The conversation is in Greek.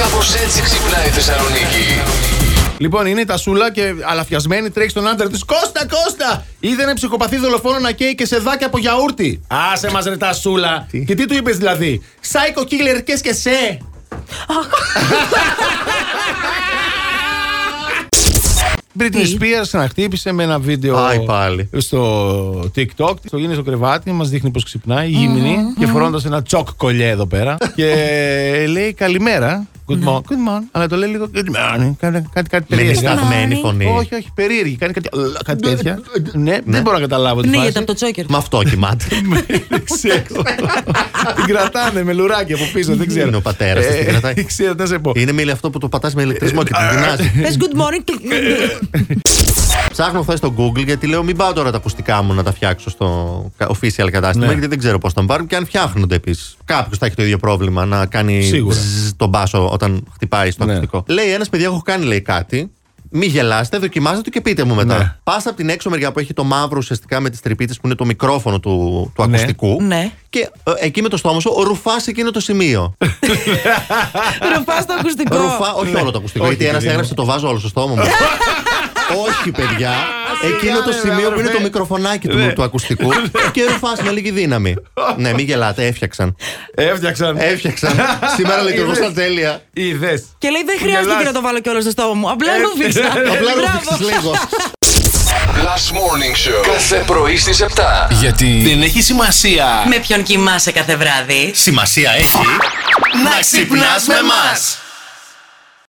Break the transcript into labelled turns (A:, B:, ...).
A: Κάπως έτσι ξυπνάει η Θεσσαλονίκη.
B: Λοιπόν, είναι τα σούλα και αλαφιασμένη τρέχει στον άντρα της. Κώστα, Κώστα! Είδε ένα ψυχοπαθή δολοφόνο να καίει και σε δάκια από γιαούρτι. Α, σε μας ρε τα σούλα.
C: Τι?
B: Και τι του είπες δηλαδή. Σάικο killer και και σε. Britney Spears να χτύπησε με ένα βίντεο
C: Άι, πάλι.
B: στο TikTok. Το γίνει στο κρεβάτι, μας δείχνει πώς ξυπνάει, γυμνή και φορώντας ένα τσοκ κολλιέ εδώ πέρα. και λέει καλημέρα. Good morning. Good morning. Αλλά το λέει λίγο. Good morning. Κάτι, κάτι, κάτι
C: Με τη
B: περίεργα.
C: σταθμένη φωνή.
B: Όχι, όχι, περίεργη. Κάνει κάτι, κάτι τέτοια. ναι, δεν μπορώ να καταλάβω τη φάση.
D: Πνίγεται από το τσόκερ.
C: Με αυτό κοιμάται.
B: Δεν ξέρω. Την κρατάνε με λουράκι από πίσω, δεν ξέρω.
C: Είναι ο πατέρας της, την
B: Ε,
C: κρατάει. Ε,
B: Δεν ξέρω, τι να σε πω.
C: Είναι μίλη αυτό που το πατάς με ηλεκτρισμό και την κοινάζει.
D: Πε good morning. κλικ, κλικ, κλικ.
C: Ψάχνω χθες στο Google γιατί λέω μην πάω τώρα τα ακουστικά μου να τα φτιάξω στο κα- official κατάστημα
B: Ναι.
C: γιατί δεν ξέρω πώς θα μου πάρουν και αν φτιάχνονται επίσης. Κάποιος θα έχει το ίδιο πρόβλημα να κάνει
B: Σίγουρα.
C: ζζζ τον μπάσο όταν χτυπάει στο
B: Ναι.
C: ακουστικό. Λέει ένας παιδί, έχω κάνει λέει κάτι. Μην γελάστε, δοκιμάστε το και πείτε μου μετά.
B: Ναι.
C: Πα από την έξω μεριά που έχει το μαύρο ουσιαστικά με τις τρυπίτες που είναι το μικρόφωνο του, του
B: Ναι.
C: ακουστικού.
D: Ναι.
C: Και ε, εκεί με το στόμα σου ρουφάς εκείνο το σημείο.
D: Ρουφάς το ακουστικό.
C: Ρουφά, όχι
B: Ναι.
C: όλο το ακουστικό.
B: Όχι,
C: Γιατί ένα
B: παιδί μου.
C: έγραψε το βάζω όλο στο στόμα μου. Όχι, παιδιά. Εκείνο το
B: διάλεγα,
C: σημείο που είναι
B: αδερφέ.
C: το μικροφωνάκι του,
B: Ναι.
C: του ακουστικού και ρουφά με λίγη δύναμη. Ναι, μην γελάτε, έφτιαξαν.
B: Έφτιαξαν.
C: ε, Έφτιαξαν. Σήμερα λειτουργούσαν τέλεια.
B: Είδες.
D: Και λέει δεν χρειάστηκε να το βάλω κιόλας στο στόμα μου. Απλά ρούφιξα.
C: Ε, Απλά
D: Μπράβο.
C: ρουφήξε λίγο.
A: Last Morning Show. Κάθε πρωί στις 7.
E: Γιατί δεν έχει σημασία.
D: Με ποιον κοιμάσαι κάθε βράδυ.
C: Σημασία έχει
E: Να ξυπνάς με μας.